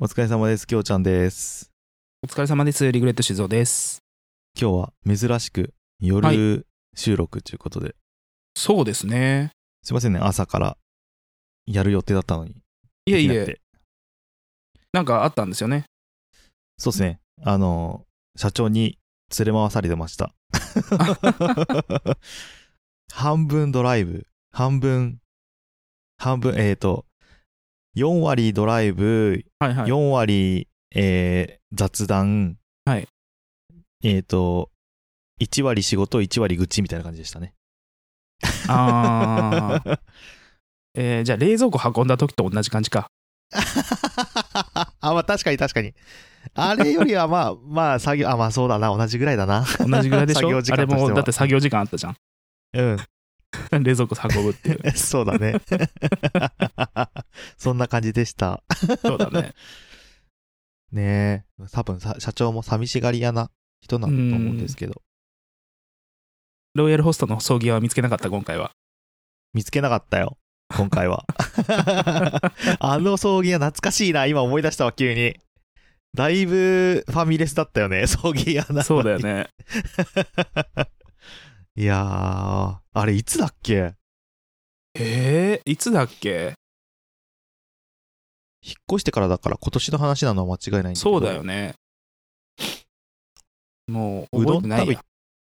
お疲れ様です。きょうちゃんです。お疲れ様です。リグレット静雄です。今日は珍しくは夜収録ということで、そうですね。すいませんね、朝からやる予定だったのに。いえいできなくえ、てなんかあったんですよね。そうですね。あの、社長に連れ回されてま した。半分ドライブ、半分、半分、えっ、と、4割ドライブ、はいはい。 4割、えー雑談、はいえっ、と、1割仕事、1割愚痴みたいな感じでしたね。あー えー、じゃあ冷蔵庫運んだ時と同じ感じか。 あ、まあ確かに確かに。あれよりはまあ、 まあ作業、あ、まあそうだな、同じぐらいだな。同じぐらいで しょ作業時あ間としれてはもだって作業時間あったじゃん。うん、 冷蔵庫運ぶ っていう。そうだね。 そんな感じでした。そうだね。ねえ、多分さ社長も寂しがり屋な人なんだと思うんですけど、ロイヤルホストの葬儀は見つけなかった今回は。見つけなかったよ、今回は。あの葬儀屋懐かしいな、今思い出したわ、急に。だいぶファミレスだったよね、 葬儀屋なのに そうだよ。ね。 いやー、あれいつだっけ えー、いつだっけ引っ越してからだから今年の話なのは間違いないんだけどそうだよね。もうう覚えどん食てないべや行っ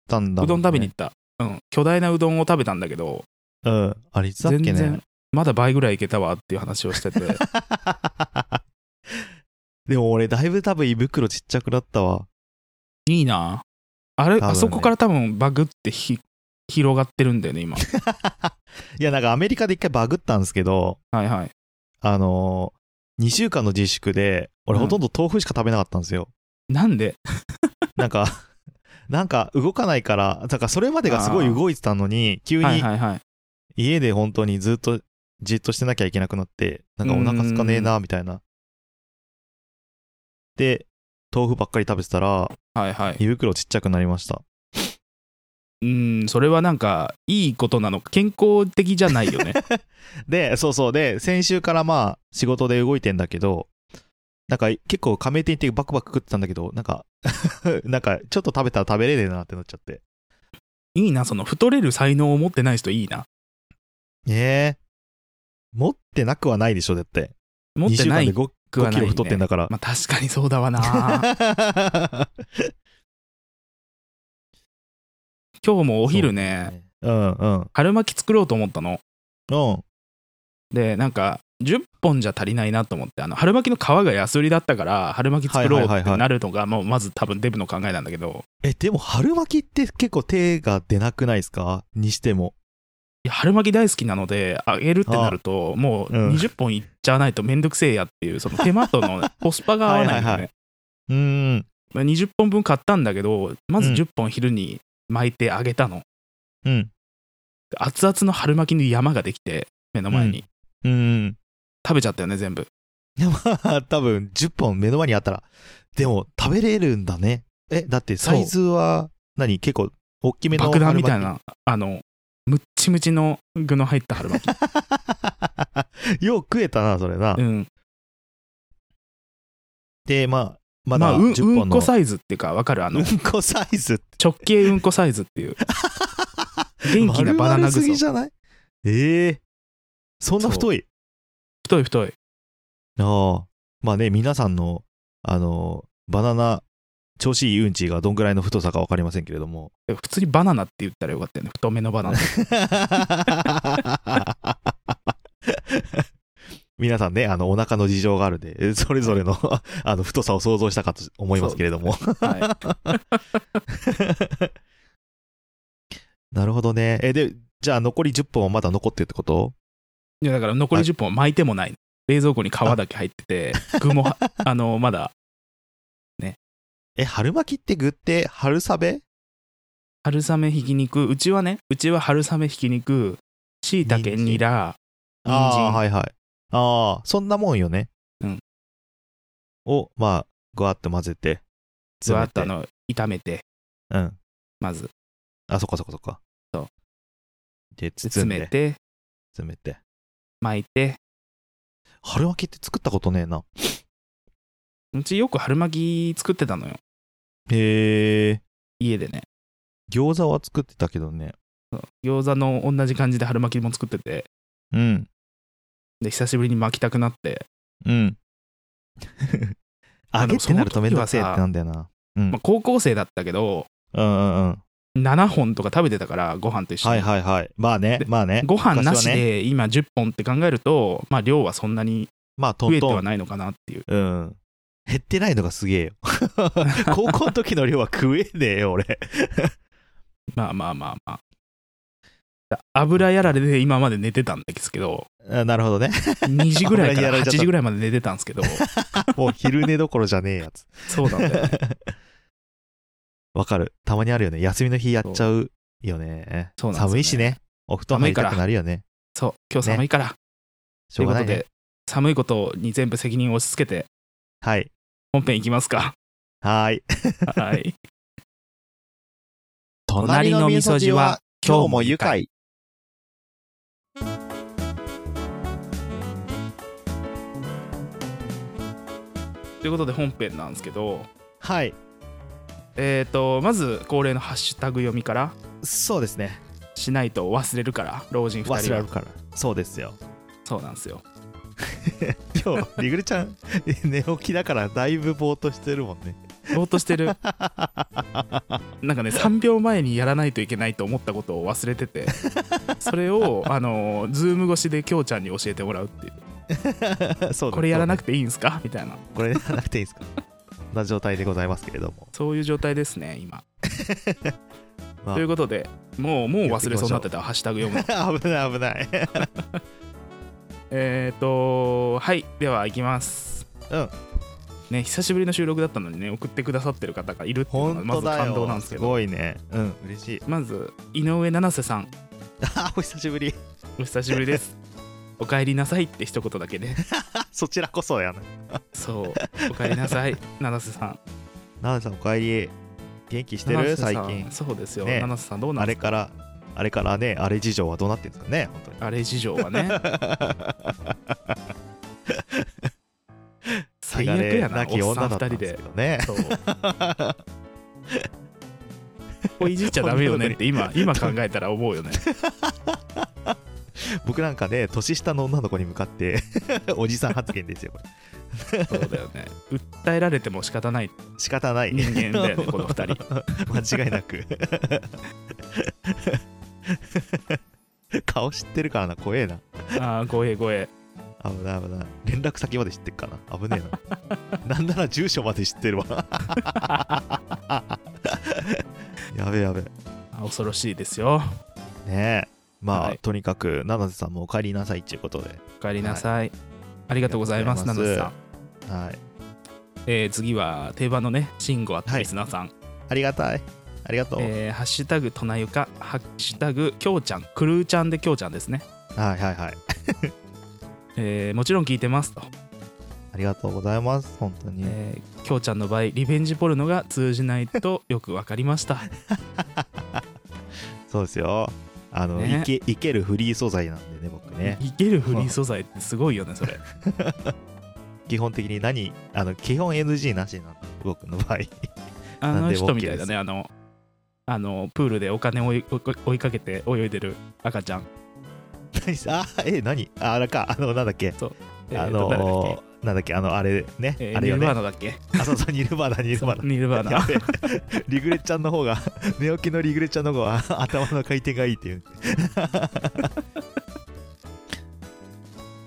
たんだもん、ね、うどん食べに行った。うん。巨大なうどんを食べたんだけど、うんあれいつだっ全け然ねまだ倍ぐらいいけたわっていう話をしてて。 でも俺だいぶ多分胃袋ちっちゃくなったわいいな。あれ、多分ねあそこから多分バグってひ広がってるんだよね、今。 いやなんかアメリカで一回バグったんですけどはいはい。あのー、2週間の自粛で俺うんほとんど豆腐しか食べなかったんですよ、なんでなんか なんか動かないからだからそれまでがすごい動いてたのに急はいにはいはい。家で本当にずっとじっとしてなきゃいけなくなってなんかお腹すかねえなみたいなで豆腐ばっかり食べてたらはいはい。胃袋ちっちゃくなりましたうん、それはなんか、いいことなのか、健康的じゃないよ ね。でそうそうで先週からまあ仕事で動いてんだけどなんか結構加盟店行ってバクバク食ってたんだけどなんか なんかちょっと食べたら食べれねえなってなっちゃっていいな、その、太れる才能を持ってない人いいな。ええ持ってなくはないでしょだって持ってな2週間でい 5, くはキない、ロね。太ってんだから、まあ確かにそうだ わな。今日もお昼ね、うんうん春巻き作ろうと思ったの。うんで、なんか、10本じゃ足りないなと思って、あの春巻きの皮が安売りだったから、春巻き作ろうはいはいっはいはいてなるのが、もうまず多分デブの考えなんだけど、え、でも春巻きって結構手が出なくないですかにしても。いや春巻き大好きなので揚げるってなるともううん20本いっちゃわないとめんどくせえやっていうその手間とのコスパが合わなはいんでねいはいはうーん。まあ20本分買ったんだけどまずうん10本昼に巻いて揚げたの、うん。熱々の春巻きの山ができて目の前に、うーん。食べちゃったよね全部いやまあ、多分10本目の前にあったら。でも、食べれるんだね。え、だってサイズは何、結構、大きめの爆春巻弾みき。たいなあのむっちむちの具の入った 春巻きよう食えたな、それな。うんで、まあ、ままあだうん10本の、うんこサイズっていうかわかるあう のんこサイズ。直径うんこサイズっ ていう元気なバナ丸ナ々すぐぎそじゃないええそんな太い太い太いああ。まあね、皆さんの、あの、バナナ、調子いいうんちがどんぐらいの太さかわかりませんけれど も。普通にバナナって言ったらよかったよね太めのバナナ皆さんね、あの、お腹の事情があるんで、えそれぞれの、あの、太さを想像したかと思いますけれども。はいなるほどね。え、で、じゃあ残り10本はまだ残ってるってこといや だから残り10本は巻いてもない冷蔵庫に皮だけ入って て具もはあのまだえ、春巻きって具って春雨春雨ひき肉うちはねうちは春雨ひき肉しいたけ人参ニラ人ああ、参はいはい。ああ、そんなもんよね。うん。を、まあ、ぐわっと混ぜて、ずわっとあ詰めの炒めてて。うん。まずあ、そっかそっかそっか。そう。で、包詰んで、め詰てめて。巻いて春巻きって作ったことねえな。うちよく春巻き作ってたのよへえ。家でね餃子は作ってたけどね。餃子の同じ感じで春巻きも作っててうん。で久しぶりに巻きたくなって、 うん。揚げでもってなるとめんどくせえってその時はさなんだよな。うんまあ、。高校生だったけどうんうんうん。 7本とか食べてたからご飯と一緒に、はいはいはい。まあねで、まあね。ご飯なし昔はね。で今10本って考えると、まあ量はそんなにまあト増ンえてトはン。ないのかなっていううん。減ってないのがすげえよ。 高校の時の量は食えねえよ、俺。 まあまあまあまあだ油やられで今まで寝てたんです けどあなるほどね。 2時ぐらいか油やらられちゃっ8た時ぐらいまで寝てたんです けどもう昼寝どころじゃねえやつ。そうなんだよねわかる。たまにあるよね。休みの日やっちゃうよね。そうなんですよね寒いしね。お布団入りたくなるよね。そう今日寒いから、しとょいううこがなといで、ね。寒いことに全部責任を押し付けてはい。本編いきま すかはーい。はい隣の味噌汁は今日も愉快。ということで本編なんですけどはい。えー、とまず恒例のハッシュタグ読みからそうですね。しないと忘れるから老人2忘人れるはから。そうですよ。そうなんですよ今日、リグルちゃん、 寝起きだからだいぶぼーっとしてるもんね。 ぼーっとしてるなんかね3秒前にやらないといけないと思ったことを忘れててそれを あのズーム越しできょうちゃんに教えてもらうっていうそうだこれやらなくくていいんすかみたいなこれやらなくていいですか。そんな状態でございますけれども。そういう状態ですね今、まあということでもうもう忘れそうになってたハッシュタグ読む の危ない危ない。えっとはいではいきますうんね久しぶりの収録だったのにね送ってくださってる方がいるっていうのが本ま当ずだよ。感動なんですけどごいね。うん、嬉しい。まず井上七瀬さんあーお久しぶり。お久しぶりですお帰りなさいって一言だけねあそちらこそやな。そうお帰りなさい 七瀬さんななさん、おかえり。元気してる七瀬さん最近。そうですよ、ね七瀬さんどうなあんでれすから、あれからね、あれ事情はどうなってんですかね、本当に。かあれ事情は ね最悪やな汚れきおっさ女んだった二ん人ですでけどね。そうこ こいじっちゃダメよねって今今考えたら思うよね 僕なんかね、年下の女の子に向かって、 おじさん発言ですよ、これ。そうだよね訴えられても仕方ない仕方ない。人間 だよねこの二人間違いなく。 顔知ってるからな、怖えな。ああごえごえ危ない危ない。連絡先まで知ってっからな。危ねえ な。なんなら住所まで知ってるわ。 やべやべ。恐ろしいですよねえ。まあ、はいとにかく、七瀬さんもお帰りなさいっていうことで。お帰りなさい、ありがとうございますありがと七うござ瀬いさまん、はい。えー次は定番のね慎吾あったリスナーさん、ありがたい。ありがとう。えーハッシュタグとなゆかハッシュタグきょうちゃんクルーちゃんできょうちゃんですね、はいはいはい。えーもちろん聞いてますと、ありがとうございます。本当に。えーきょうちゃんの場合リベンジポルノが通じないとよくわかりましたそうですよ。あの、ねいけ、いけるフリー素材なんでね、僕 ね。いけるフリー素材ってすごいよねそれ基本的に何、あの、基本 NG なしなの、僕の場合。 あ なんのでも人みたいだ OK でねあのあのプールでお金を追い追い追いかけて泳いでる赤ちゃん、何あ、え、何あ、あれか、あの、なんだっけ。えあーと誰だっけのー、なんだっけ、あの、あれね、えーあれニよルバーね。ナだっけあ、そうそう、ニルバーナ、ニルバーナ。ニルバーナやべえ リグレちゃんの方が、 寝起きのリグレちゃんの方が 頭の回転がいいっていう。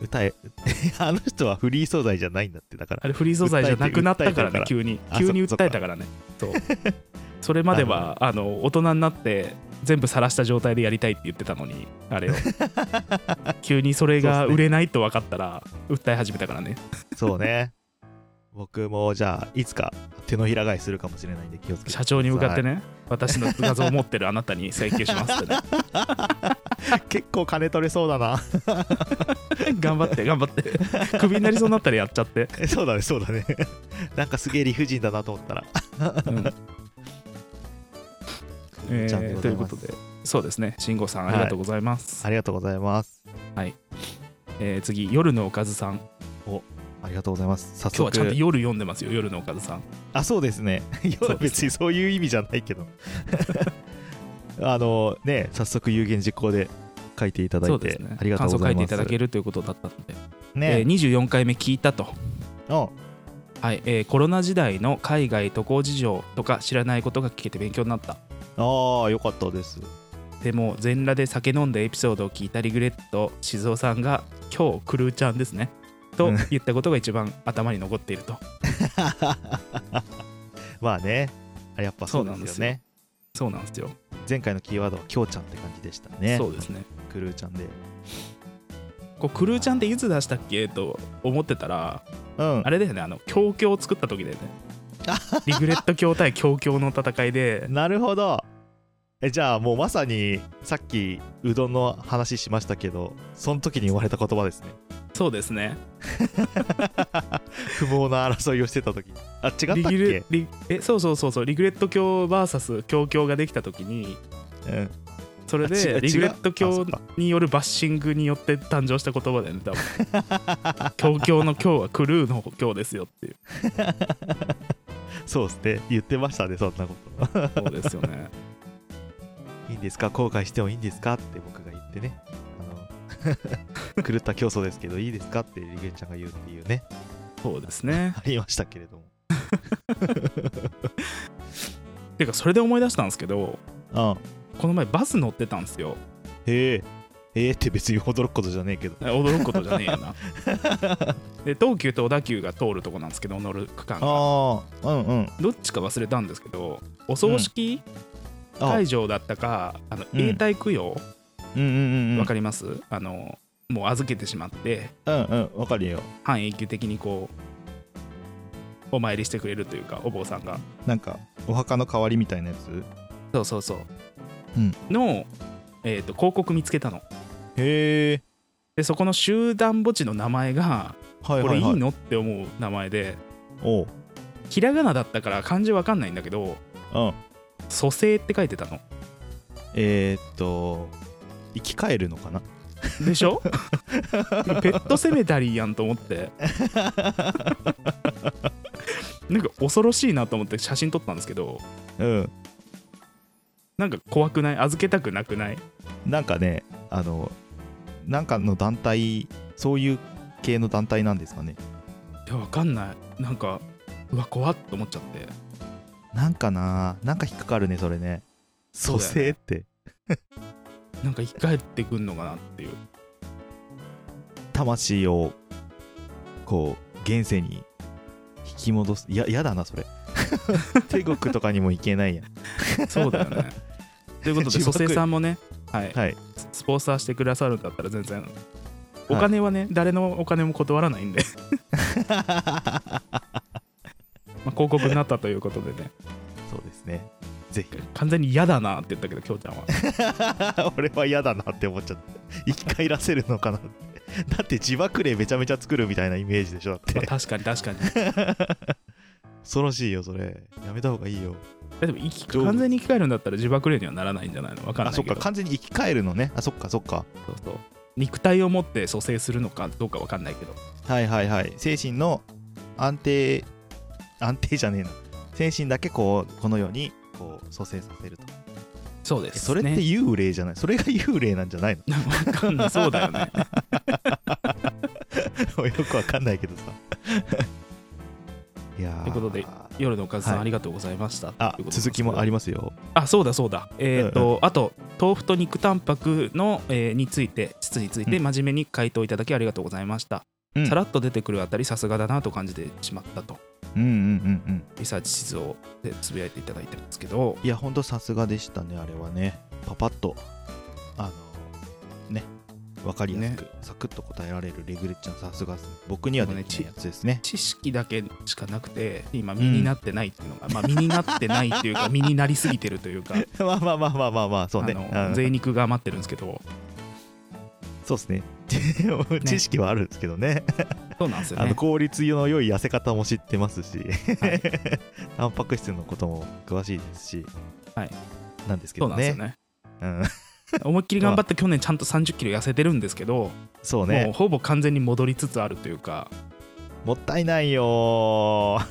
歌え、 あの人はフリー素材じゃないんだって、だから。あれフリー素材じゃなくなったか訴えらてねる急にあ急にそっ訴かえたからねそう それまではあの大人になって全部晒した状態でやりたいって言ってたのにあ れを急にそれが売れないと分かったら訴え始めたからねそうね。 僕もじゃあ、いつか手のひら返しするかもしれないんで気をつけて。社長に向かってね私の画像を持ってるあなたに請求します ってね結構金取れそうだな。 頑張って頑張ってクビになりそうになったらやっちゃって、そうだね、そうだね。 なんかすげえ理不尽だなと思ったら。 うんえちゃんでーごとざいいうこますとでそうですね慎吾さんありがとうございます、ありがとうございます。えー次夜のおかずさんおありがとうございます。早今日はちゃんと速。夜読んでますよ夜のおかずさんあ、そうですね。 いや、そうです別にそういう意味じゃないけど。 あの、ね、早速有言実行で書いていただそいうでてすね、ありがとうござい感想書いてまいす。ただけるということだったので、えーね、 24回目聞いたとおはい、えーコロナ時代の海外渡航事情とか知らないことが聞けて勉強になったああ、よかったです。でも全裸で酒飲んだエピソードを聞いたリグレット静雄さんが「今日クルーちゃんですね」とうん言ったことが一番頭に残っているとまあね、あやっぱそうですよそうなね。そうなんですよ、前回のキーワードは、きょうちゃんって感じでしたね。そうですねクルーちゃんで。こうクルーちゃんっていつ出したっけと思ってたらうんあ。れだよねあの強強を作った時だよ ねリグレット強対強強の戦いでなるほど。えじゃあもうまさにさっきうどんの話しましたけどその時に生まれた言葉ですねそうですね不毛な争いをしてた時あ違ったっリグレけ、リえそうそうそうそうリグレット教 VS 強強ができた時にうん、それあ違でうリグレット違うあそ教っかによるバッシングによって誕生した言葉だよね 多分強強の今日はクルーの今日ですよっていうそうですね言ってましたねそんなこそうですよねと いいんですか後悔してもいいんですかって僕が言ってねあの 狂った競争ですけどいいですかってリゲンちゃんが言うっていうね そうですねありましたけれどもてかそれで思い出したんですけどあこの前バス乗ってたんですよへえへえって別に驚くことじゃねえけど驚くことじゃねえ よなで東急と小田急が通るとこなんですけど乗る区間がああうんうんどっちか忘れたんですけどお葬式あ会場だったか、あのうん永代供養うんうんうんうんわかります、あのもう預けてしまってうんうんわかるよ半永久的にこうお参りしてくれるというかお坊さんがなんかお墓の代わりみたいなやつそうそうそう、うんの、えー、と広告見つけたのへえでそこの集団墓地の名前がはいこはれいいはいいのって思う名前でおうひらがなだったから漢字わかんないんだけどうん「蘇生」って書いてたのえー、っと生き返るのかなでし ょペットセメタリーやんと思ってなんか恐ろしいなと思って写真撮ったんですけどうんなんか怖くない預けたくなくないなんかねあのなんかの団体そういう系の団体なんですかねいやわかんないなんかうわ怖っと思っちゃってなんかななんか引っかかるねそれねそう蘇だよね生ってなんか生き返ってくんのかなっていう魂をこう現世に引き戻すいややだなそ れ帝国とかにも行けないやんそうだよねということ で自蘇爆生さんもね、はいはいスポンサーしてくださるんだったら全然お金はね、誰のお金も断らない んでまあ広告になったということでねそうですねぜ ひ完全に嫌だなって言ったけどきょうちゃんは俺は嫌だなって思っちゃった生き返らせるのかなってだって自爆霊めちゃめちゃ作るみたいなイメージでしょだっ まあて 確かに確かに恐ろしいよそれやめた方がいいよでも生き上手完全に生き返るんだったら自爆霊にはならないんじゃないのわかんなあいそけっどか完全に生き返るのねあそっかそっかそうそう肉体を持って蘇生するのかどうかわかんないけどはいはいはい精神の安定安定じゃねえな精神だけこうこのようにこう蘇生させるとそうでそれって 幽霊じゃないそれが幽霊なんじゃないのわかんないそうだよね よくわかんないけど さいやーということで 夜のおかずさん、はいありがとうございましたあ続きもありますよあそうだそうだえっ、と、うんあと豆腐と肉タンパクの、えーについて質についてうん真面目に回答いただきありがとうございました、うんさらっと出てくるあたりさすがだなと感じてしまったとうんうんうんうんリサーチ地図をでつぶやいていただいてるんですけどいや、ほんとさすがでしたね、あれはね。パパッと、あの、ね、わかりやすく、サクッと答えられるレグレッチのさすがですね。僕にはできないやつですね。 知識だけしかなくて今身になってないっていうのが、まあ身になってないっていう か身になりすぎてるというか、まあまあまあまあまあまあ、そうあね。うのん贅肉が余ってるんですけどそうです ね。知識はあるんですけどね。そうなんですよあねの効率の良い痩せ方も知ってますし、はい タンパク質のことも詳しいですし、はい、なんですけそうどなんですよね。ねうん 思いっきり頑張って去年ちゃんと3 0キロ痩せてるんですけど、そうもうね。ほぼ完全に戻りつつあるというかもったいないよー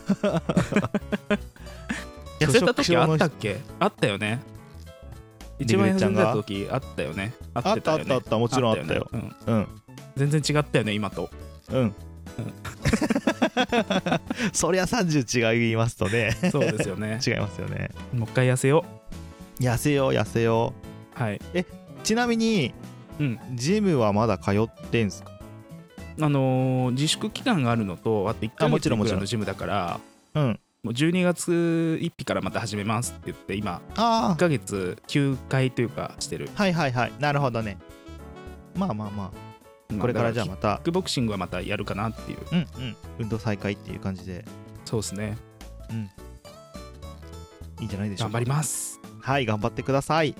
痩せた時あった拒食症の人っけあったよねリ一グ番レ痩ちゃせんたが時あったよねああっってたたあよっねたあったもちろんあったよ、ねうんうん全然違ったよね今 とうんそりゃ30違いますとね そうですよね違いますよねもう一回痩せよ痩せよう痩せようはい、うちなみに、うんジムはまだ通ってんすかあのー自粛期間があるのとあと1あ回もちろんもちろんのジムだからうんもう12月1日からまた始めますって言って今あ1ヶ月9回というかしてる、あはいはいはいなるほどねまあまあまあこれからじゃあままたキックボクシングはまたやるかなっていううんうん運動再開っていう感じでそうですねいいんじゃないでしょう頑か張りますはい頑張ってください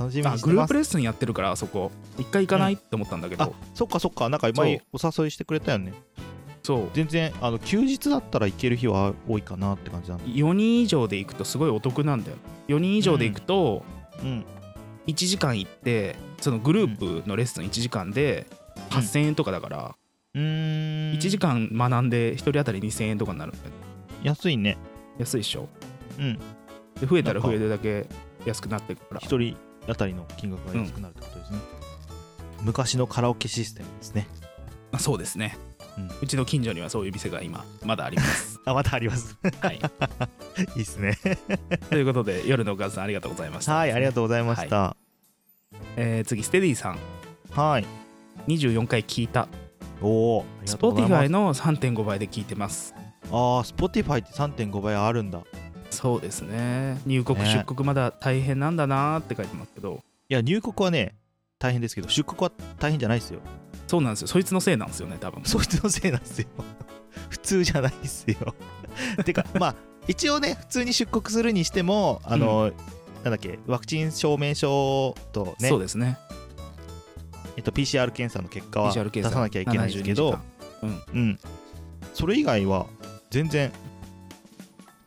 楽しみあにしてますグループレッスンやってるからあそこ一回行かないって思ったんだけど、あそっかそっかなんか前お誘いしてくれたよねそう全然あの休日だったら行ける日は多いかなって感じなんで4人以上で行くとすごいお得なんだよ4人以上で行くとうん1時間行ってそのグループのレッスン1時間でうん8000円とかだからうーん1時間学んで1人当たり2000円とかになるんだよ安いね安いっしょうんで増えたならんか増えるだけ安くなってくから一人当たりの金額が安くなるってことですね、昔のカラオケシステムですねあそうですね、ううんちの近所にはそういう店が今まだあります、あまたあります はい、いいっすねということで夜のおかずさんありがとうございましたはいありがとうございましたえー次ステディさんはい24回聞いたおおありがとうござい Spotify ますの3.5倍で聞いてますああ Spotify って3.5倍あるんだいそうですね入国ね出国まだ大変なんだなーって書いてますけどや入国はね大変ですけど出国は大変じゃないですよそうなんですよそいつのせいなんですよね多分そいつのせいなんですよ 普通じゃないですよ てかまあ一応ね普通に出国するにしてもあの、なんだっけワクチン証明書とねそうですねえっと、PCR 検査の結果は PCR 出検査さなきゃいけないんですけど、うん、それ以外は全然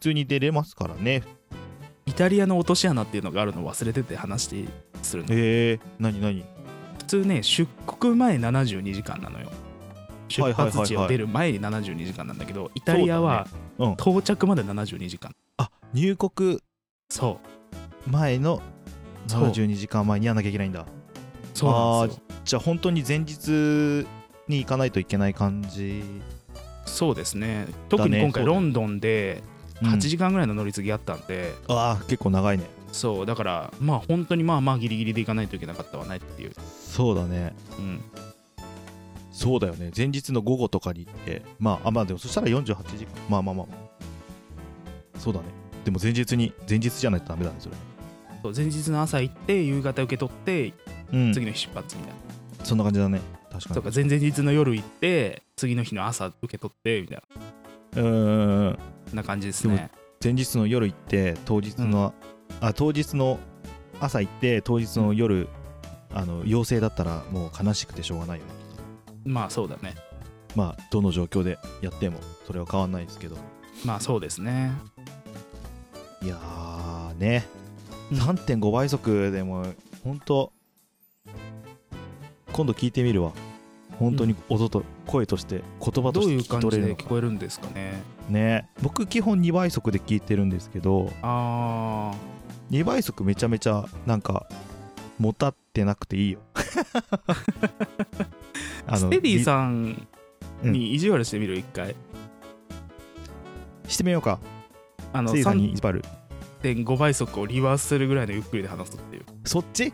普通に出れますからねイタリアの落とし穴っていうのがあるのを忘れてて話するのへえ何何普通ね出国前72時間なのよ出はいはいはいはい発地を出る前に72時間なんだけどイタリアはそうだねうん到着まで72時間あ入国そう前のそう72時間前にやんなきゃいけないんだそうなんですよじゃあ本当に前日に行かないといけない感じ、そうですね特に今そうだ回ねロンドンでうん8時間ぐらいの乗り継ぎあったんで、ああ結構長いねそうだからまあ本当にまあまあギリギリで行かないといけなかったわねっていう、そうだねうん、そうだよね前日の午後とかに行ってまああまあでもそしたら48時間まあまあまあそうだねでも前日に前日じゃないとダメだねそれそう前日の朝行って夕方受け取ってうん次の日出発みたいな、そんな感じだね確かにそうか前々日の夜行って次の日の朝受け取ってみたいうーんな感じですね前日の夜行って当日の、あ当日の朝行って当日の夜、あの陽性だったらもう悲しくてしょうがないよねまあそうだねまあどの状況でやってもそれは変わんないですけどまあそうですねいやーねうん3.5倍速でもほんと今度聞いてみるわ本当に音と声として言葉とどうしてい聞うき感取じれるでの聞かこえるんですかねね僕基本2倍速で聞いてるんですけどああ2倍速めちゃめちゃなんかもたってなくていいよあステディんさんに意地悪してみる一回、してみようかあスのテディさんにいっぱいある3.5倍速をリバースするぐらいのゆっくりで話すっていうそっち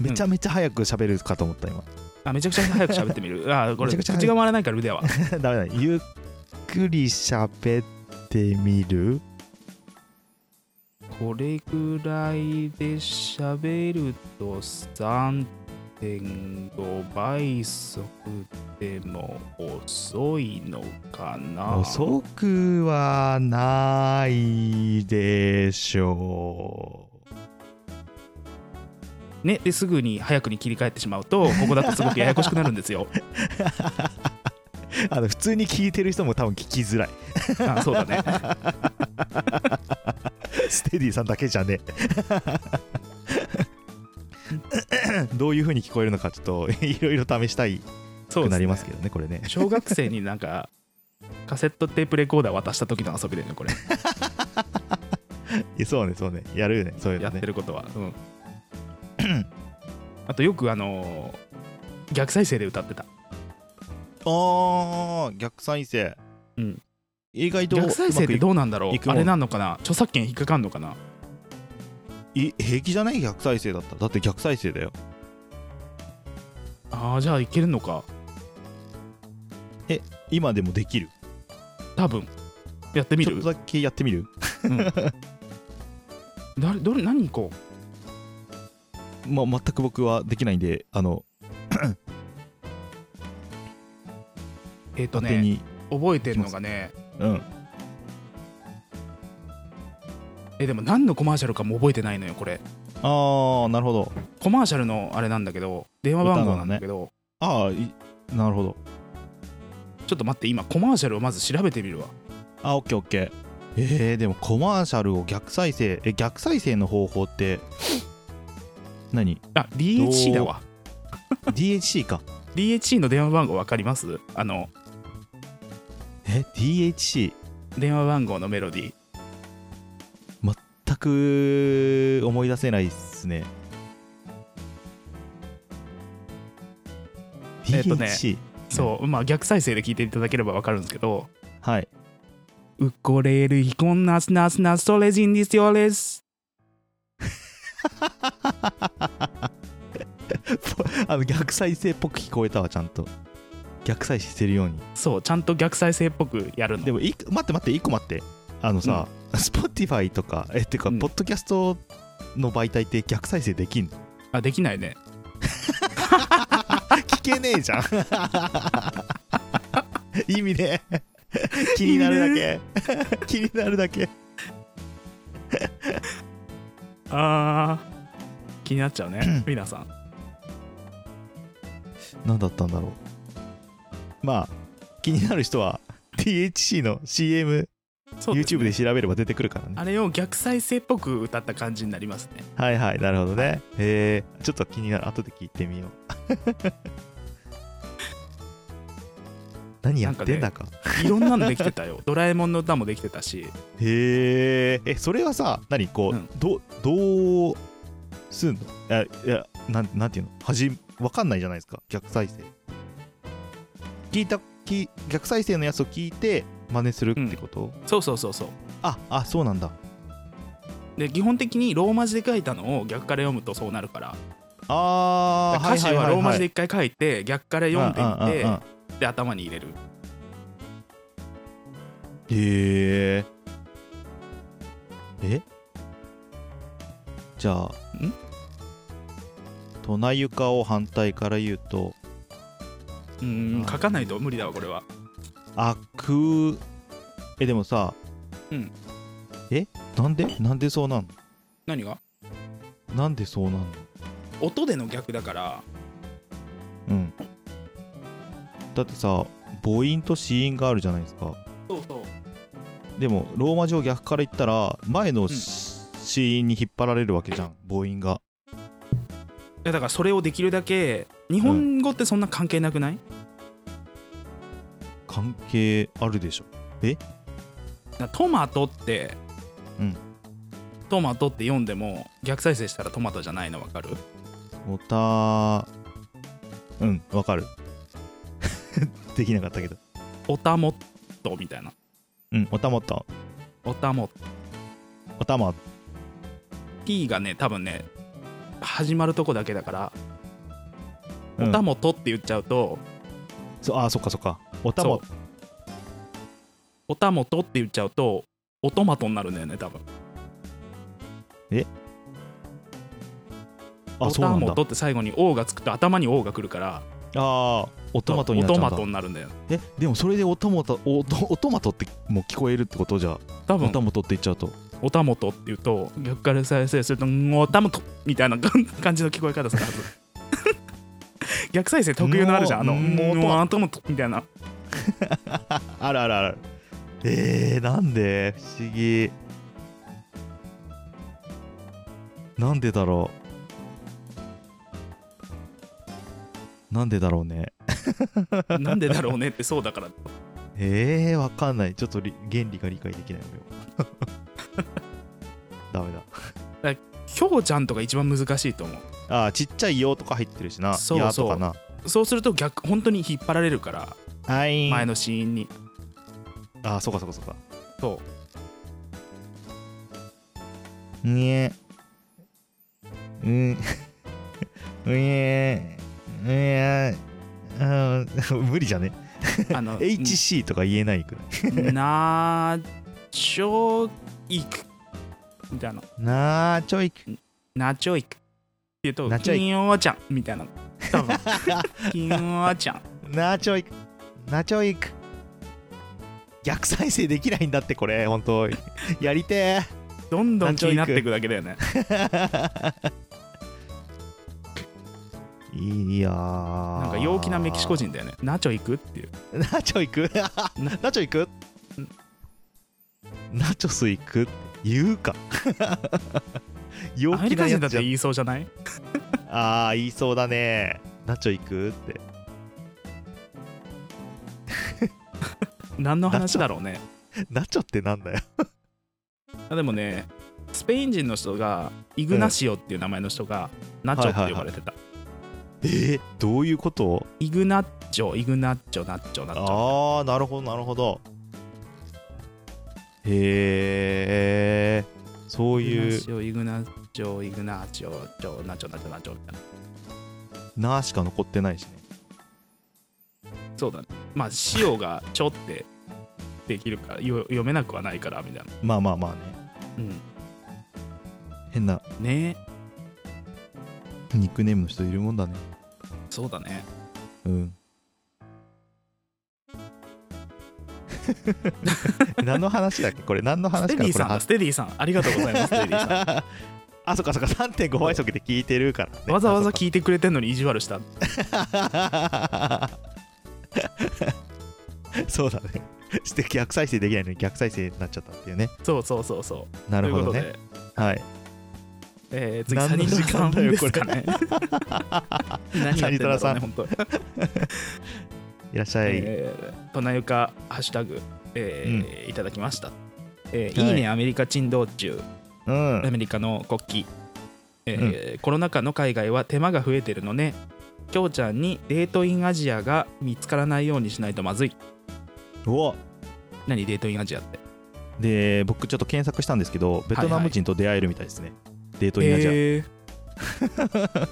めちゃめちゃ早く喋るかと思った今 あめちゃくちゃ早く喋ってみるあーこめちれゃくちゃ口早いが回らないから腕はダメだゆっくり喋ってみるこれぐらいで喋ると3.5倍速でも遅いのかな遅くはないでしょねですぐに早くに切り替えてしまうとここだとすごくややこしくなる んですようあの普通に聞いてる人も多分聞きづらいあそうだねステディさんだけじゃねえどういう風に聞こえるのかちょっといろいろ試したいそうくですねなりますけどねこれね小学生になんかカセットテープレコーダー渡した時の遊びだよねこれ、いやそうね、そうね。やるよね、そういうやのっねて。ることは、うん、 あとよくあのー逆再生で歌ってたああ、逆再生。うん。意外と逆再生ってうまどうなんだろいくうもあんれなんのかな著作権引っかかんのかなくいい平気じゃない逆再生だったらだって逆再生だよ。あーじゃあいけるのか今でもできる。多分やってみちょるっとだけやってみる誰どれ何行こうまあ、全く僕はできないんで、あの、えっ、と勝手ねに。覚えてるのがねうん。えでも何のコマーシャルかも覚えてないのよこれああ、なるほど。コマーシャルのあれなんだけど電話番号なんだけど、ああ、いなるほど。ちょっと待って今コマーシャルをまず調べてみるわあ、オッケーオッケー。えー、でもコマーシャルを逆再生、え、逆再生の方法って、何あ DHC だわ ?DHC か。 DHC の電話番号分かりますあのえ、DHC? 電話番号のメロディー全く思い出せないっすね。えっとね DHC? そうまあ逆再生で聞いていただければ分かるんですけどはい。 「ウコレールイコンナスナスナストレジンディスヨレスあの、逆再生っぽく聞こえたわ、ちゃんと。逆再生してるように。」そうちゃんと逆再生っぽくやるのでもいく待って待って1個待ってあのさ、Spotify とかえっていうか、うんポッドキャストの媒体って逆再生できんのあできないね聞けねえじゃん 意味ねえ気になるだけ気になるだけあー気になっちゃうね皆さん何だったんだろうまあ気になる人は THC の CM、そうです YouTube ねで調べれば出てくるからねあれを逆再生っぽく歌った感じになりますねはいはいなるほどねへえちょっと気になる後で聞いてみよう 何やってんだかいろんなのできて たよドラえもんの歌もできてたしへーえそれはさ何こう、うんどどうすんのあいやなんなんていうのはじわかんないじゃないですか逆再生聞いた聞い逆再生のやつを聞いて真似するってこと、そうそうそうそうああそうなんだで基本的にローマ字で書いたのを逆から読むとそうなるからあー歌詞はローマ字でい一回書いて逆から読んでうんうんうんいうっんてで頭に入れるへええじゃあんトナユカを反対から言うとううんん書かないと無理だわこれはあくえでもさうんえなんでなんでそうなん何がのなんでそうなんの音での逆だからうんだってさ母音と子音があるじゃないですかそうそうでもローマ字を逆から言ったら前のし子音に引っ張られるわけじゃん母音がいやだからそれをできるだけ日本語ってそんな関係なくない、関係あるでしょだからトマトって、うんトマトって読んでも逆再生したらトマトじゃないの分かるおたうんわかる できなかったけどおたもっとみたいなうんおたもったおたもっおたま T がね多分ね始まるとこだけだから、うんおたもとって言っちゃうとそあそっかそっかおたもそうおたもとって言っちゃうとおトマトになるんだよね多分あおそうなたんだもとって最後に「O」がつくと頭に「O」がくるからああオトマトにおなっちゃうんだトマトになるんだよえでもそれでオトマトオトオトマトってもう聞こえるってことじゃあ、多オト分マトって言っちゃうとおたもとって言うと逆から再生するとん「おたもと」みたいな感感じの聞こえ方するはず 逆再生特有のあるじゃんあの「もうもうおたもと」みたいなあるあるあるえー、なんで不思議なんでだろうなんでだろうねなんでだろうねってそうだからええー、わかんない。ちょっとり原理が理解できない俺は ダメだ。ひょうちゃんとか一番難しいと思あーちっちゃい「よ」とか入ってるしな「そうや」そうとかな。うそうすると逆本当に引っ張られるからはい。前のシーンにあーそうかそうかそうか。そにえ。うん。 うえ。うえ。うん、 無理じゃねう あの HC とか言えないくらいナチョイクみたいななあちょいナチョイクって言うとナチョイク金おちゃんみたいな多 分金おちゃんなあちょいなあちょい逆再生できないんだってこれ本当やりてどんどんナ気チョイクになっていくだけだよねえいいやななんか陽気なメキシコ人だよねナチョイクっていう ナチョ行くナチョ行くナチョス行く言うか 陽アメ気リなカや人だつっじゃてん言いそうじゃないああ言いそうだねナチョ行くって何の話だろうねナチョってなんだよあでもねスペイン人の人がイグナシオっていう名前の人がナチョって呼ばれてた、えー、どういうことイグナッチョイグナッチョナッチョナッチョああなるほどなるほどへえそうイグナいうシオイグナッチョイグナッチョチョナッチョナッチョナッチョみたいななしか残ってないしねそうだねまあ塩がチョってできるからよ読めなくはないからみたいなまあまあまあねうん変なねニックネームの人いるもんだねそうだねうん。 何の話だっけこれ何のス話テからディこさんだステディさんありがとうございますステディ されあそっかそっか3.5倍速で聞いてるから、ね、んわざわざ聞いてくれてんのに意地悪したあ そっかそうだねして逆再生できないのに逆再生になっちゃったっていうねそうそうそうそうなといるうほことどで、ねはいえー、次何のサニ時トラさ間んだよですかね 何やってんだろうねサニトラさん本当いらっしゃい、えー、となゆかハッシュタグ、えーいただきました、えーはいい、いねアメリカ珍道中うんアメリカの国旗、えーコロナ禍の海外は手間が増えてるのねきょうちゃんにデートインアジアが見つからないようにしないとまずいうわ何デートインアジアってで僕ちょっと検索したんですけどベトナム人と出会えるみたいですね、デートインアジア、えー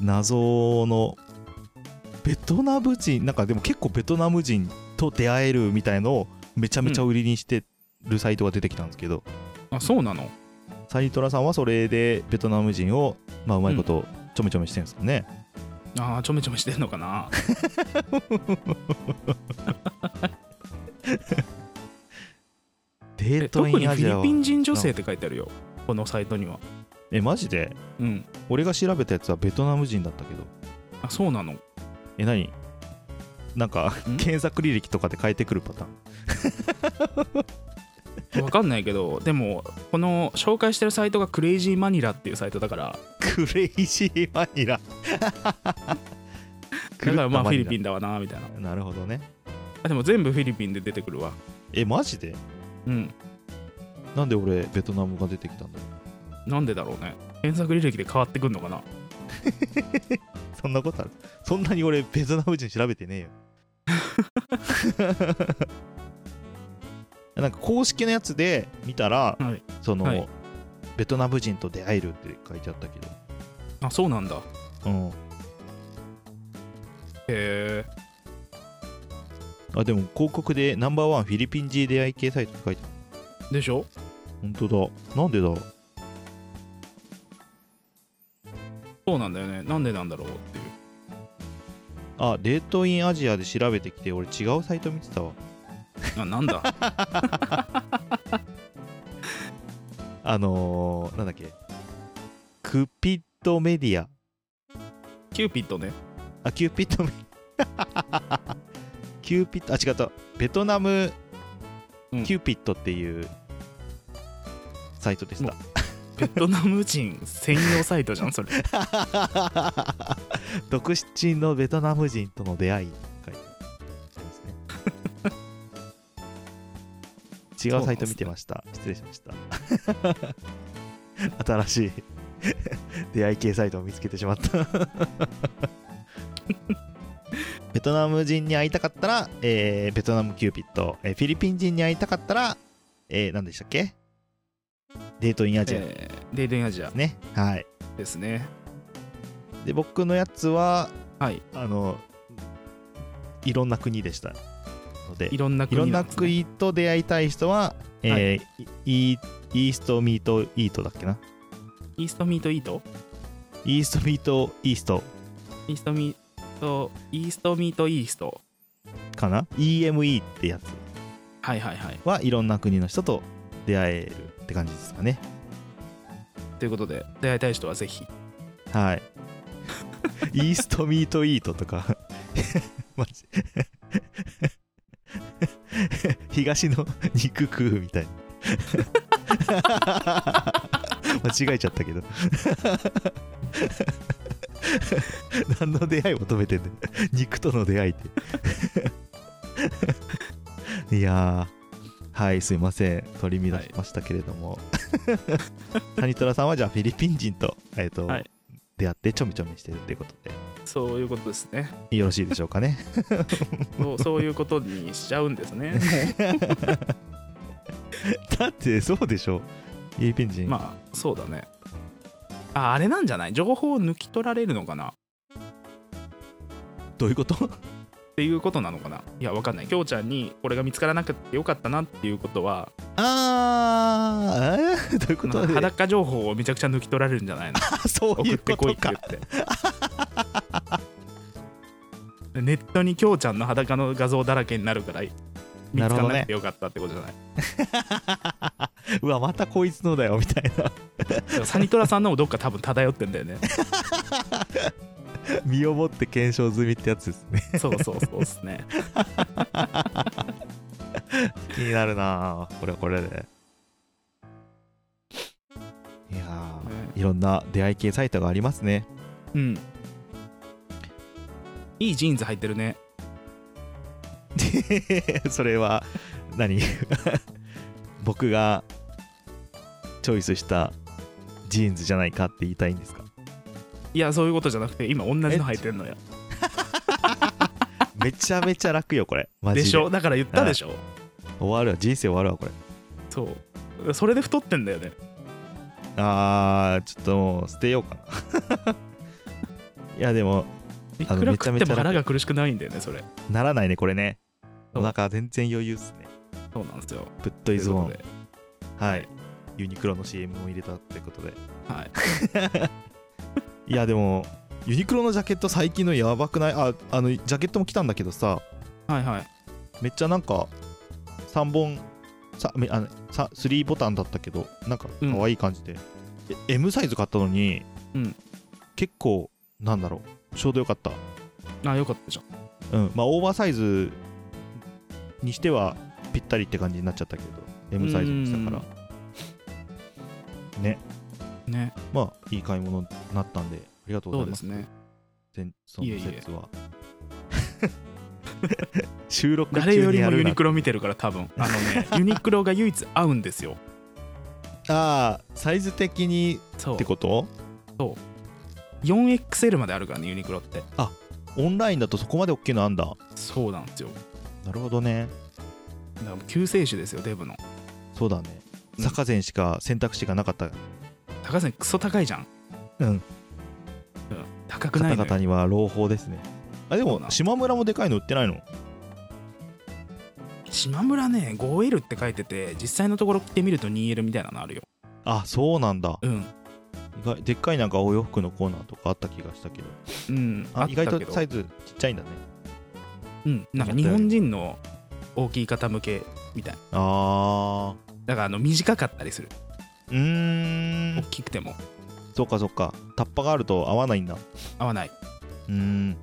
謎のベトナム人なんかでも結構ベトナム人と出会えるみたいのをめちゃめちゃ売りにしてるサイトが出てきたんですけど、あそうなのサニトラさんはそれでベトナム人を、まあ、うまいことちょめちょめしてるんですかね、あーちょめちょめしてんのかなデえート特イにンフアジィアリはピン人女性って書いてあるよこのサイトにはえマジでうん俺が調べたやつはベトナム人だったけどあそうなのえ何なんかん検索履歴とかで変えてくるパターンわかんないけど でもこの紹介してるサイトがクレイジーマニラっていうサイトだからクレイジーマニラ だからまあフィリピンンだわなみたいななるほどねあでも全部フィリピンで出てくるわえマジでうんなんで俺ベトナムが出てきたんだろうなんでだろうね検索履歴で変わってくんのかなそんなことあるそんなに俺ベトナム人調べてねえよ なんか公式のやつで見たら、はいその、はいベトナム人と出会えるって書いてあったけあそうなんだへど、うん、えあでも広告でナンバーワンフィリピン人出会い系サイトって書いてあるでしょ本当だなんでだろうそうなんだよねなんでなんだろうっていうあデートインアジアで調べてきて俺違うサイト見てたわあなんだ あのー、なんだっけクピッドメディアキューピッドねあ、キューピッドメ キューピッド、あ、違った。ベトナム、うんキューピッドっていうサイトでした。ベトナム人専用サイトじゃんそれ独身のベトナム人との出会いって書いてありますね。違うサイト見てました。失礼しました。 新しい出会い系サイトを見つけてしまった。ベトナム人に会いたかったら、えーベトナムキューピッド、えーフィリピン人に会いたかったら、えー何でしたっけデートインアジアで えーデイデンアジアすね。はい。ですね。で、僕のやつは、はい。あの、いろんな国でした。のでい、ろんないろ国んななんですね、国と出会いたい人は、えーイイイーストミートイートだっけなイーストミートイートイーストミートイーストイーストミート、イーストミートイースト。かな EME ってやつはいはいはい。はいろんな国の人と出会えるって感じですかねということで、出会いたい人はぜひ。はい イーストミートイートとかマジ 東の肉食うみ たいな間違えちゃったけど 何の出会い求めてんだよ肉との出会いって いやーはいすいません取り乱しましたけれども、サニトラさんはじゃあフィリピン人と,、えーとはい出会ってちょめちょめしてるっていうことそういうことです ね。でよろしいでしょうかねそうそういうことにしちゃうんです ね。だってそうでしょフィリピン人、まあ、そうだね。あ、あれなんじゃない情報を抜き取られるのかなどういうことっていうことなのかないや、わかんない。きょうちゃんにこれが見つからなくてよかったなっていうことは、あーえーどういうこなんとかで裸情報をめちゃくちゃ抜き取られるんじゃないの あそうい送っうてここいっとてか言って。ネットにきょうちゃんの裸の画像だらけになるから見つからなくてよかったってことじゃないうわまたこいつのだよみたい なだからサニトラさんのもどっか多分漂ってんだよね身をもって検証済みってやつですね そうそうそうですね気になるなあこれはこれでいやあねいろんな出会い系サイトがありますね うんいいジーンズ履いてるねそれは何 僕がチョイスしたジーンズじゃないかって言いたいんですかいやそういうことじゃなくて今同じの履いてんのよめちゃめちゃ楽よこれマジででしょだから言ったでしょ終わるわ人生終わるわこれそうそれで太ってんだよねあーちょっともう捨てようかな いやでもいあのくら食っめちゃめてちゃも楽腹が苦しくないんだよねそれならないねこれねそおう腹全然余裕っすねそうなんですよぶっといズボといンうこはいユニクロの CM を入れたってことでとではいいやでもユニクロのジャケット最近のやばくないああのジャケットも来たんだけどさはいはいめっちゃなんか3本さめあのさ3ボタンだったけどなんかうん可愛い感じで、え M サイズ買ったのに、うん結構なんだろうちょうどよかったあよかったじゃんうんまあオーバーサイズにしてはぴったりって感じになっちゃったけど M サイズにしたからねねまあいい買い物になったんでありがとうごそざういでますすね全そのいえいえ説は 収録誰よ中にりやもユるなニクロ見てるから多分あの ねユニクロが唯一合うんですよああサイズ的にそうってこと 4XL まであるからねユニクロってオンラインだとそこまで大きいのあんだそうなんですよなるほどねだからもう救世主ですよデブのそうだねうん坂前しか選択肢がなかった高瀬クソ高いじゃんうんうん高くな方いのよ々には朗報ですねあでそうもなの島村もでかいの売ってないの島村ね 5L って書いてて実際のところ着てみると 2L みたいなのあるよあそうなんだうん意外でっかいなんかお洋服のコーナーとかあった気がしたけどうんああ意外ったけとどサイズちっちゃいんだねうんなんか日本人の大きい方向けみたいあーだからあの短かったりするうー大んきくてもそうかそうかタッパがあると合わないんだ合わないうーん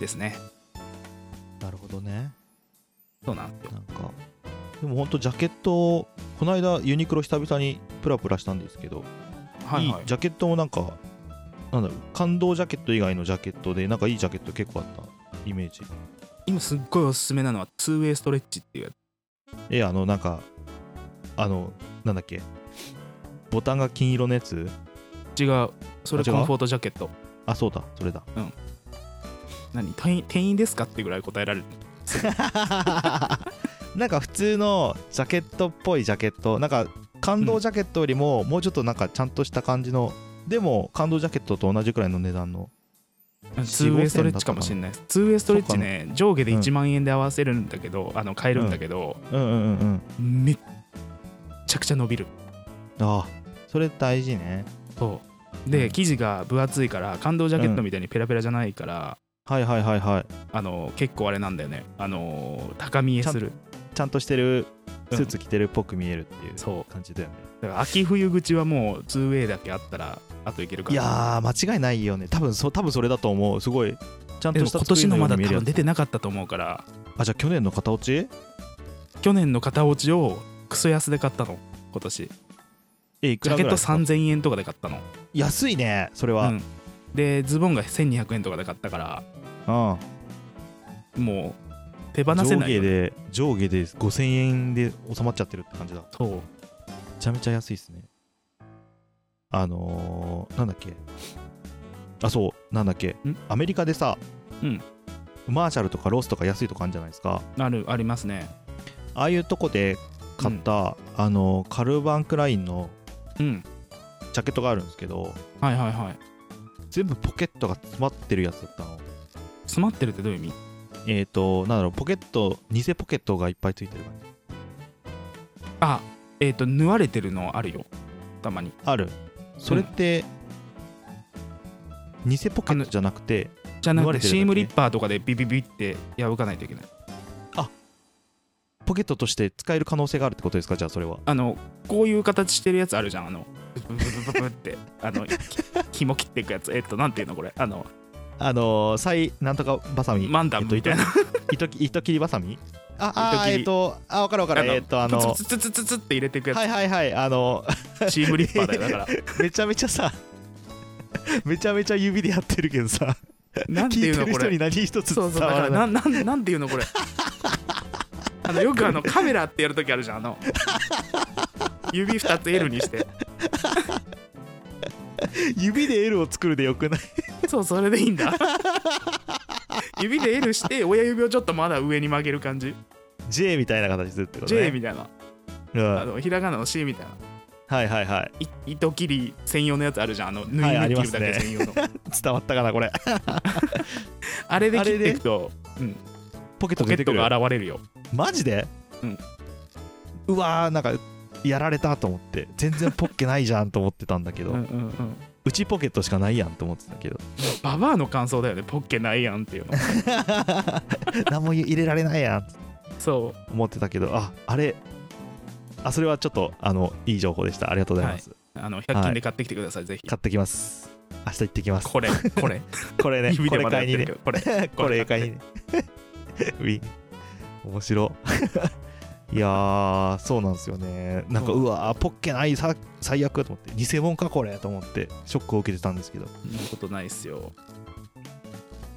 ですねなるほどねそうなんですよなんかでもほんとジャケットこの間ユニクロ久々にプラプラしたんですけどはいはいジャケットもなんかなんだろう感動ジャケット以外のジャケットでなんかいいジャケット結構あったイメージ今すっごいおすすめなのは 2way ストレッチっていうやつえあのなんかあのなんだっけボタンが金色のやつ違うそれあ違コうンフォートジャケットあそうだそれだ何店員店員ですかってぐらい答えられるなんか普通のジャケットっぽいジャケットなんか感動ジャケットよりももうちょっとなんかちゃんとした感じのでも感動ジャケットと同じくらいの値段のツーウェイストレッチかもしれないツーウェイストレッチね上下でうん1万円で合わせるんだけど、あの買えるんだけど、うんうんうんうんめっちゃくちゃ伸びるああそれ大事ねそううで、ん生地が分厚いから感動ジャケットみたいにペラペラじゃないから、はいはいはいはいあの結構あれなんだよねあの高見えするちゃんとしてるうんスーツ着てるっぽく見えるっていうそう感じだよね、だから秋冬口はもうツーウェイだけあったらあといけるかいらやー間違いないよね多分そ多分それだと思うすごいちゃんでともした今年のまだ作多りように見え分る出てなかったと思うからやつあじゃあ去年の片落ち去年の型落ちをクソ安で買ったの今年えいくジャらケぐッらいでトすか3000円とかで買ったの、安いねそれうは、ん、でズボンが1200円とかで買ったからうん、もう手放せ上ない下よねで上下で5000円で収まっちゃってるって感じだめそうちゃめちゃ安いっすねあのー、なんだっけあそうなんだっけんアメリカでさ、うんマーシャルとかロースとか安いとかあるんじゃないですかあるありますねああいうとこで買った、あのーカルバンクラインのうんジャケットがあるんですけどはいはいはい全部ポケットが詰まってるやつだったの詰まってるってどういう意味えっ、ー、となんだろうポケット偽ポケットがいっぱいついてる感じあえっ、と縫われてるのあるよたまにあるそれって、偽ポケットじゃなくてじゃな縫わくれててるだけシームリッパーとかでビビビって破かないといけないポケットとして使える可能性があるってことですかじゃあそれはあのこういう形してるやつあるじゃんあのブブブブブブってあのき紐切っていくやつえっとなんていうのこれあのあのー、サイなんとかバサミ、マンダムみたいな糸き糸切りバサミああ糸切ーりえっ、とあ分かる分かあるのえっ、とあのツツツツツツって入れていくやつ、はいはいはいあのチームリッパーだよだからめちゃめちゃさ めちゃめちゃ指でやってるけどさなんて聞いいうてのるこ人にれ何一つ伝そうそうだわからならないんなんなんていうのこれあのよくあのカメラってやるときあるじゃんあの指2つ L にして指で L を作るでよくないそうそれでいい んだ指で L して親指をちょっとまだ上に曲げる感じ J みたいな形でってことね J みたいなうんあのひらがなの C みたいなはいはいはいい糸切り専用のやつあるじゃんあの縫いはいあ目り切まるすだねけ専用の、伝わったかなこれあれであ切れっでていくと、うん、ポケットポケ出てッくるトが現れるよマジで、うんうわーなんかやられたと思って全然ポッケないじゃんと思ってたんだけうど、んううんうんちポケットしかないやんと思ってたけど ババアの感想だよねポッケないやんっていうの何も入れられないやんとそ思ってたけどああれあそれはちょっとあのいい情報でしたありがとうございます、うあの100均で買ってきてください、ぜひ買ってきます明日行ってきますこれこれこれ ね指こでれまだ買やっいにてねるけどこれ これ買いにね ウィン面 白いやーそうなんですよねなんかそううわーポッケないさ最悪と思って偽物かこれと思ってショックを受けてたんですけどそんなことないっすよ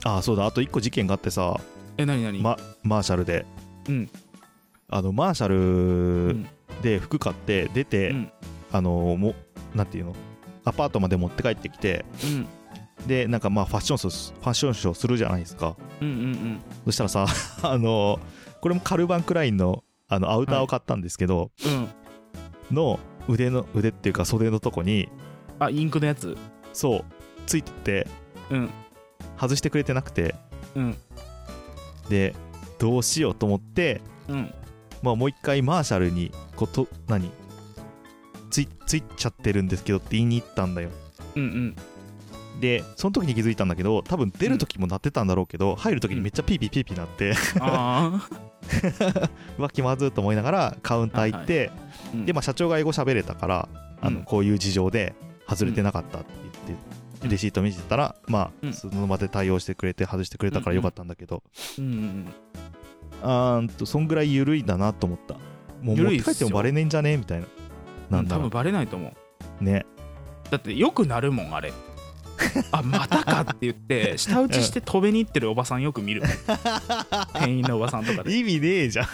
ああそうだあと1個事件があってさえなになに、まマーシャルで、うんあのマーシャうルんで服買って出て、うんあのもなんていうのアパートまで持って帰ってきてうんでなんかまあファッションショーファッションショーするじゃないですかうんうんそしたらさ あのこれもカルバンクラインのあのアウターを買ったんですけど、うんうんの腕の腕っていうか袖のとこにあインクのやつそうついててうん外してくれてなくてうんでどうしようと思って、うんまあ、もう一回マーシャルにこうと何ついついちゃってるんですけどって言いに行ったんだよう んうんでその時に気づいたんだけど多分出る時も鳴ってたんだろうけど、入る時にめっちゃピーピーピーピー鳴って、ああ、 うわ気まずいと思いながらカウンター行って、うんで、まあ、社長が英語喋れたからあのうんこういう事情で外れてなかったって言って。うんレシート見せてたら、まうあ、んその場で対応してくれて外してくれたからよかったんだけど、うんうんあーんとそんぐらい緩いんだなと思ったもう持っ緩いてっす帰っよてもバレねえんじゃねえみたいなうん、なんだ多ろ分バレないと思ううねだってよくなるもんあれあまたかって 言って舌打ちして飛べに行ってるおばさんよく見るもん店員のおばさんとかで意味ねえじゃん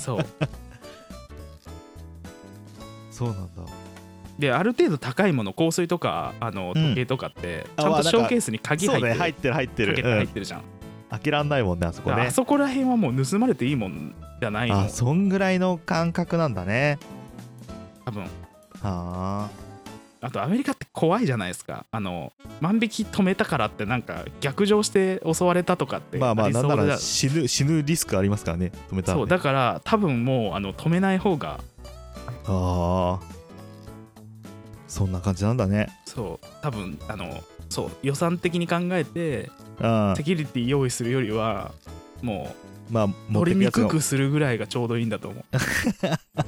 そうそうなんだである程度高いもの香水とかあのうん時計とかって、あちゃんまあとショーケースに鍵そう入ってねる、入ってる入ってかる、けて入ってるじゃん、うん、開けらんないもんねあそこだからねあそこら辺はもう盗まれていいもんじゃないあのそんぐらいの感覚なんだね多分はああとアメリカって怖いじゃないですかあの万引き止めたからってなんか逆上して襲われたとかってまあまありなそんうなだら死ぬ死ぬリスクありますからね止めたら、ね、そうだから多分もうあの止めない方がああそんな感じなんだねそう多分あのそう予算的に考えてうんセキュリティ用意するよりはもまあう持っ取てりくにやつくのくするぐらいがちょうどいいんだと思う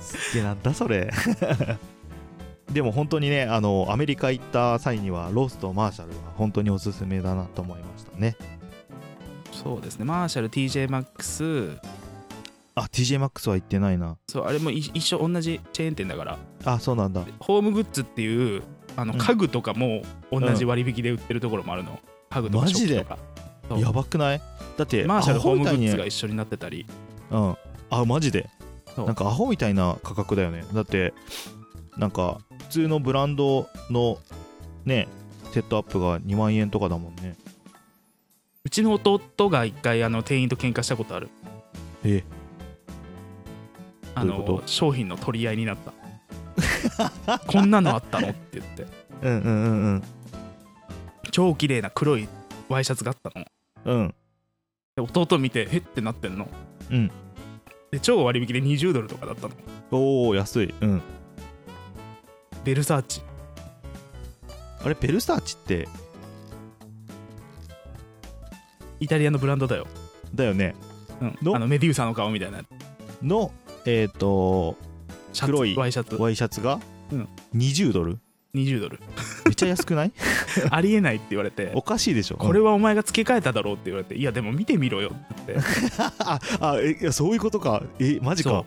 すげえなんだそれ でも本当にねあのアメリカ行った際にはロースとマーシャルは本当におすすめだなと思いましたねそうですねマーシャル TJ マックスあ TJMAX は行ってないなそうあれもい一緒同じチェーン店だからあそうなんだホームグッズっていうあのうん家具とかも同じ割引で売ってるところもあるの、家具とかマ食ジ器でとかそうやばくないだってマーシャルアホホーみムグたいにッズが一緒になってたりうんあマジでそうなんかアホみたいな価格だよねだってなんか普通のブランドのねセットアップが2万円とかだもんねうちの弟が一回あの店員と喧嘩したことあるえあどういうこの商品の取り合いになったこんなのあったのって言ってうんうんうんうん超綺麗な黒いワイシャツがあったのうんで弟見てへってなってんのうんで超割引で20ドルとかだったのおお安いうんベルサーチあれベルサーチってイタリアのブランドだよ、だよねうんのあのメデューサの顔みたいなのえっ、とシャツ黒いワイシャツワイシャツがうん20ドル20ドル めっちゃ安く ないありえないって言われておかしいでしょこれはお前が付け替えただろうって言われていやでも見てみろよって言ってああえいやそういうことかえマジそかう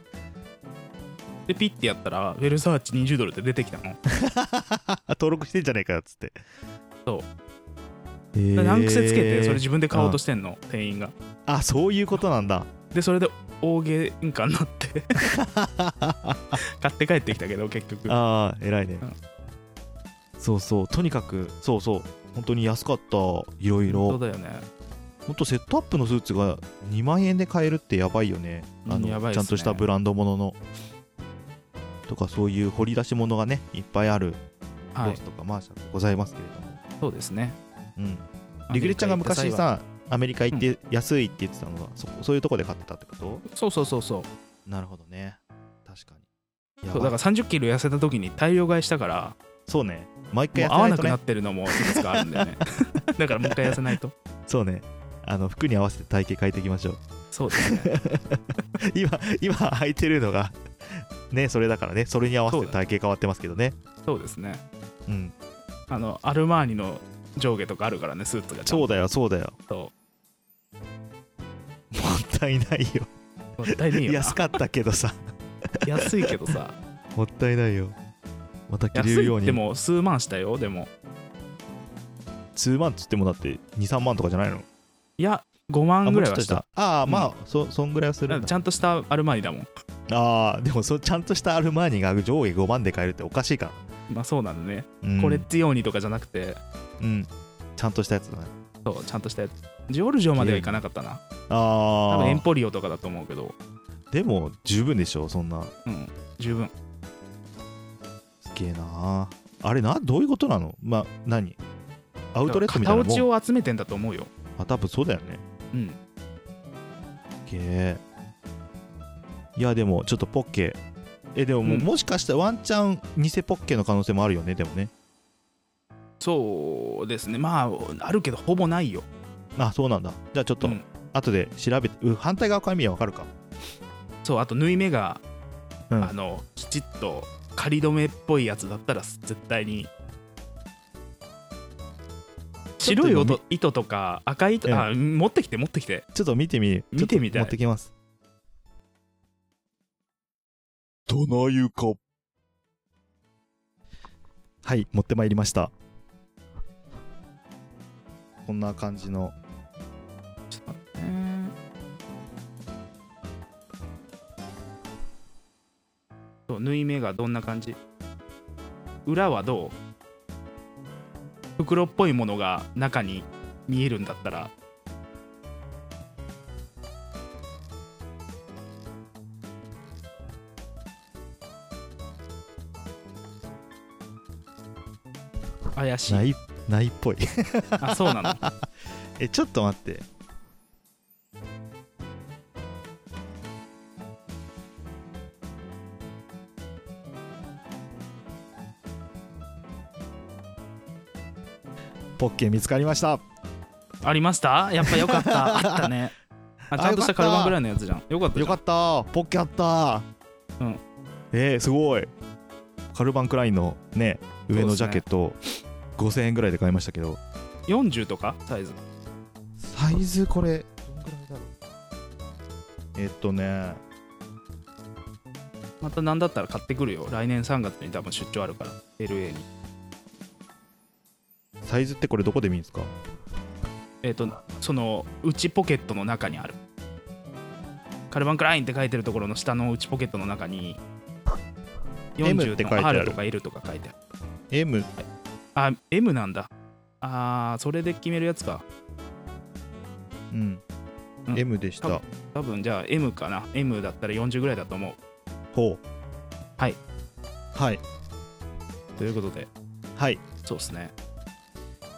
でピッてやったらベルサーチ20ドルって出てきたの登録してんじゃねえかよっつってそうえー何癖つけてそれ自分で買おうとしてんの店員があそういうことなんだでそれで大喧嘩になって 買って帰ってきたけど結局あー偉いね、うんそうそうとにかくそうそう本当に安かったいろいそうろだよね本当セットアップのスーツが2万円で買えるってやばいよねあうんやばのいっちすゃねんとしたブランドもののとかそういう掘り出し物がねいっぱいあるロはーいスとかマーシャルでございますけれども、そうですねうん、リグレちゃんが昔さアメリカ行って安いって言ってたのが、そそういうとこで買ってたってことそうそうそうそうなるほどね確かにやそうばいだから3 0キロ痩せた時に大量買いしたからそうね毎回もうや合わなくなねってるのもいくつかあるんだよね だからもう一回痩せないとそうねあの服に合わせて体型変えていきましょうそうですね今今履いてるのがねそれだからねそれに合わせて体型変わってますけどねそうですねうんあのアルマーニの上下とかあるからねスーツがちゃんそうだよそうだよともったいないよもったいねえよな安かったけどさ安いけどさもったいないよまた着安れるよいうっにても数万したよでも2万っつってもだって23万とかじゃないのいや5万ぐらあもうちいはょっとしたああまあ、そそんぐらいはするんだちゃんとしたアルマーニだもんああでもそちゃんとしたアルマーニが上下5万で買えるっておかしいかまあそうなのね、ら、うんこれ強にとかじゃなくてうんちゃんとしたやつだねそうちゃんとしたやつジョルジョまではいかなかったな多あ分エンあポリオとかだと思うけどでも十分でしょそんなうん十分すげえなあれなどういうことなのまあ何アウトレットみたいな片落ちもんを集めてんだと思うよあ多分そうだよねうんすげえいやでもちょっとポッケえでもも,、うんもしかしたらワンチャン偽ポッケの可能性もあるよねでもねそうですねまああるけどほぼないよあそうなんだじゃあちょっと、うん後で調べてうん反対側から見ればわかるかそうあと縫い目が、うんあのきちっと仮止めっぽいやつだったら絶対にちょっ白とい今糸糸とか赤い糸、あ持ってきて持ってきてちょっと見てみ見てみたちょっと持いってきますどなゆかはい持ってまいりましたこんな感じのちょっと待ってねそう縫い目がどんな感じ裏はどう袋っぽいものが中に見えるんだったら怪しいないないっぽい あそうなのえちょっと待ってポッケ見つかりましたありましたやっぱよか ったあったねあちゃんとしたあよかったカルバンぐらいのやつじゃんよかったよかっったポッケあったうんえー、すごいカルバンクラインのね上のジャケット、5000円ぐらいで買いましたけどた40とかサイズサイズこれどんぐらいだろうえっとねまた何だったら買ってくるよ来年3月に多分出張あるから LA にサイズってこれどこで見るんですかえっ、とその内ポケットの中にあるカルバンクラインって書いてるところの下の内ポケットの中に M って書い40てあのる R とか L とか書いてある M あ M なんだあーそれで決めるやつかうん、うん M でした多分じゃあ M かな M だったら40ぐらいだと思ほうはいはいうということではいそうですね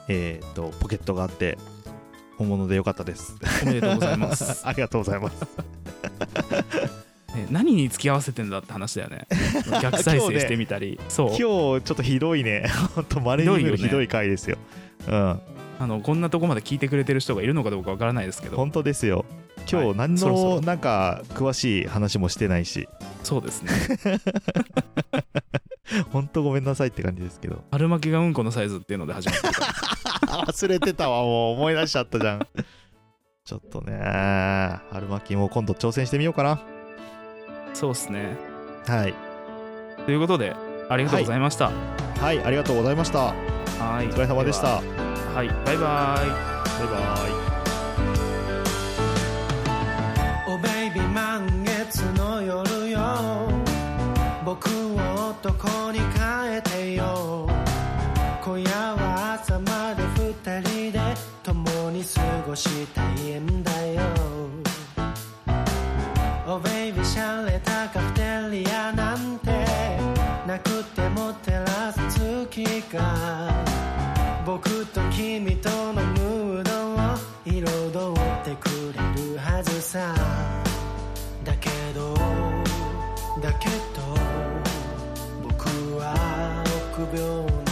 えーっとポケットがあって本物でよかったです 、おめでとうございますありがとうございますね何に付き合わせてんだって話だ よね逆再生してみたり、そう今日ちょっとひどい ねほんとまれに見るひひどどい回ですようんあのこんなとこまで聞いてくれてる人がいるのかどうかわからないですけど本当ですよ今は日い何そろそのろなんか詳しい話もしてないし そうですね本当ごめんなさいって感じですけど春巻きがうんこのサイズっていうので始まってるから 忘れてたわもう思い出しちゃったじゃん ちょっとね春巻きも今度挑戦してみようかなそうですねはいということでありがとうございましたはいありがとうございましたはいお疲れ様でしたバイでははいバイバイバイ Oh baby 満月の夜よ僕を男に変えてよ今夜は朝まで二人で共に過ごしたいんだよ Oh baby シャレたカフテリアなんてなくても照らす月が僕と君とのムードを彩ってくれるはずさだけどだけど僕は臆病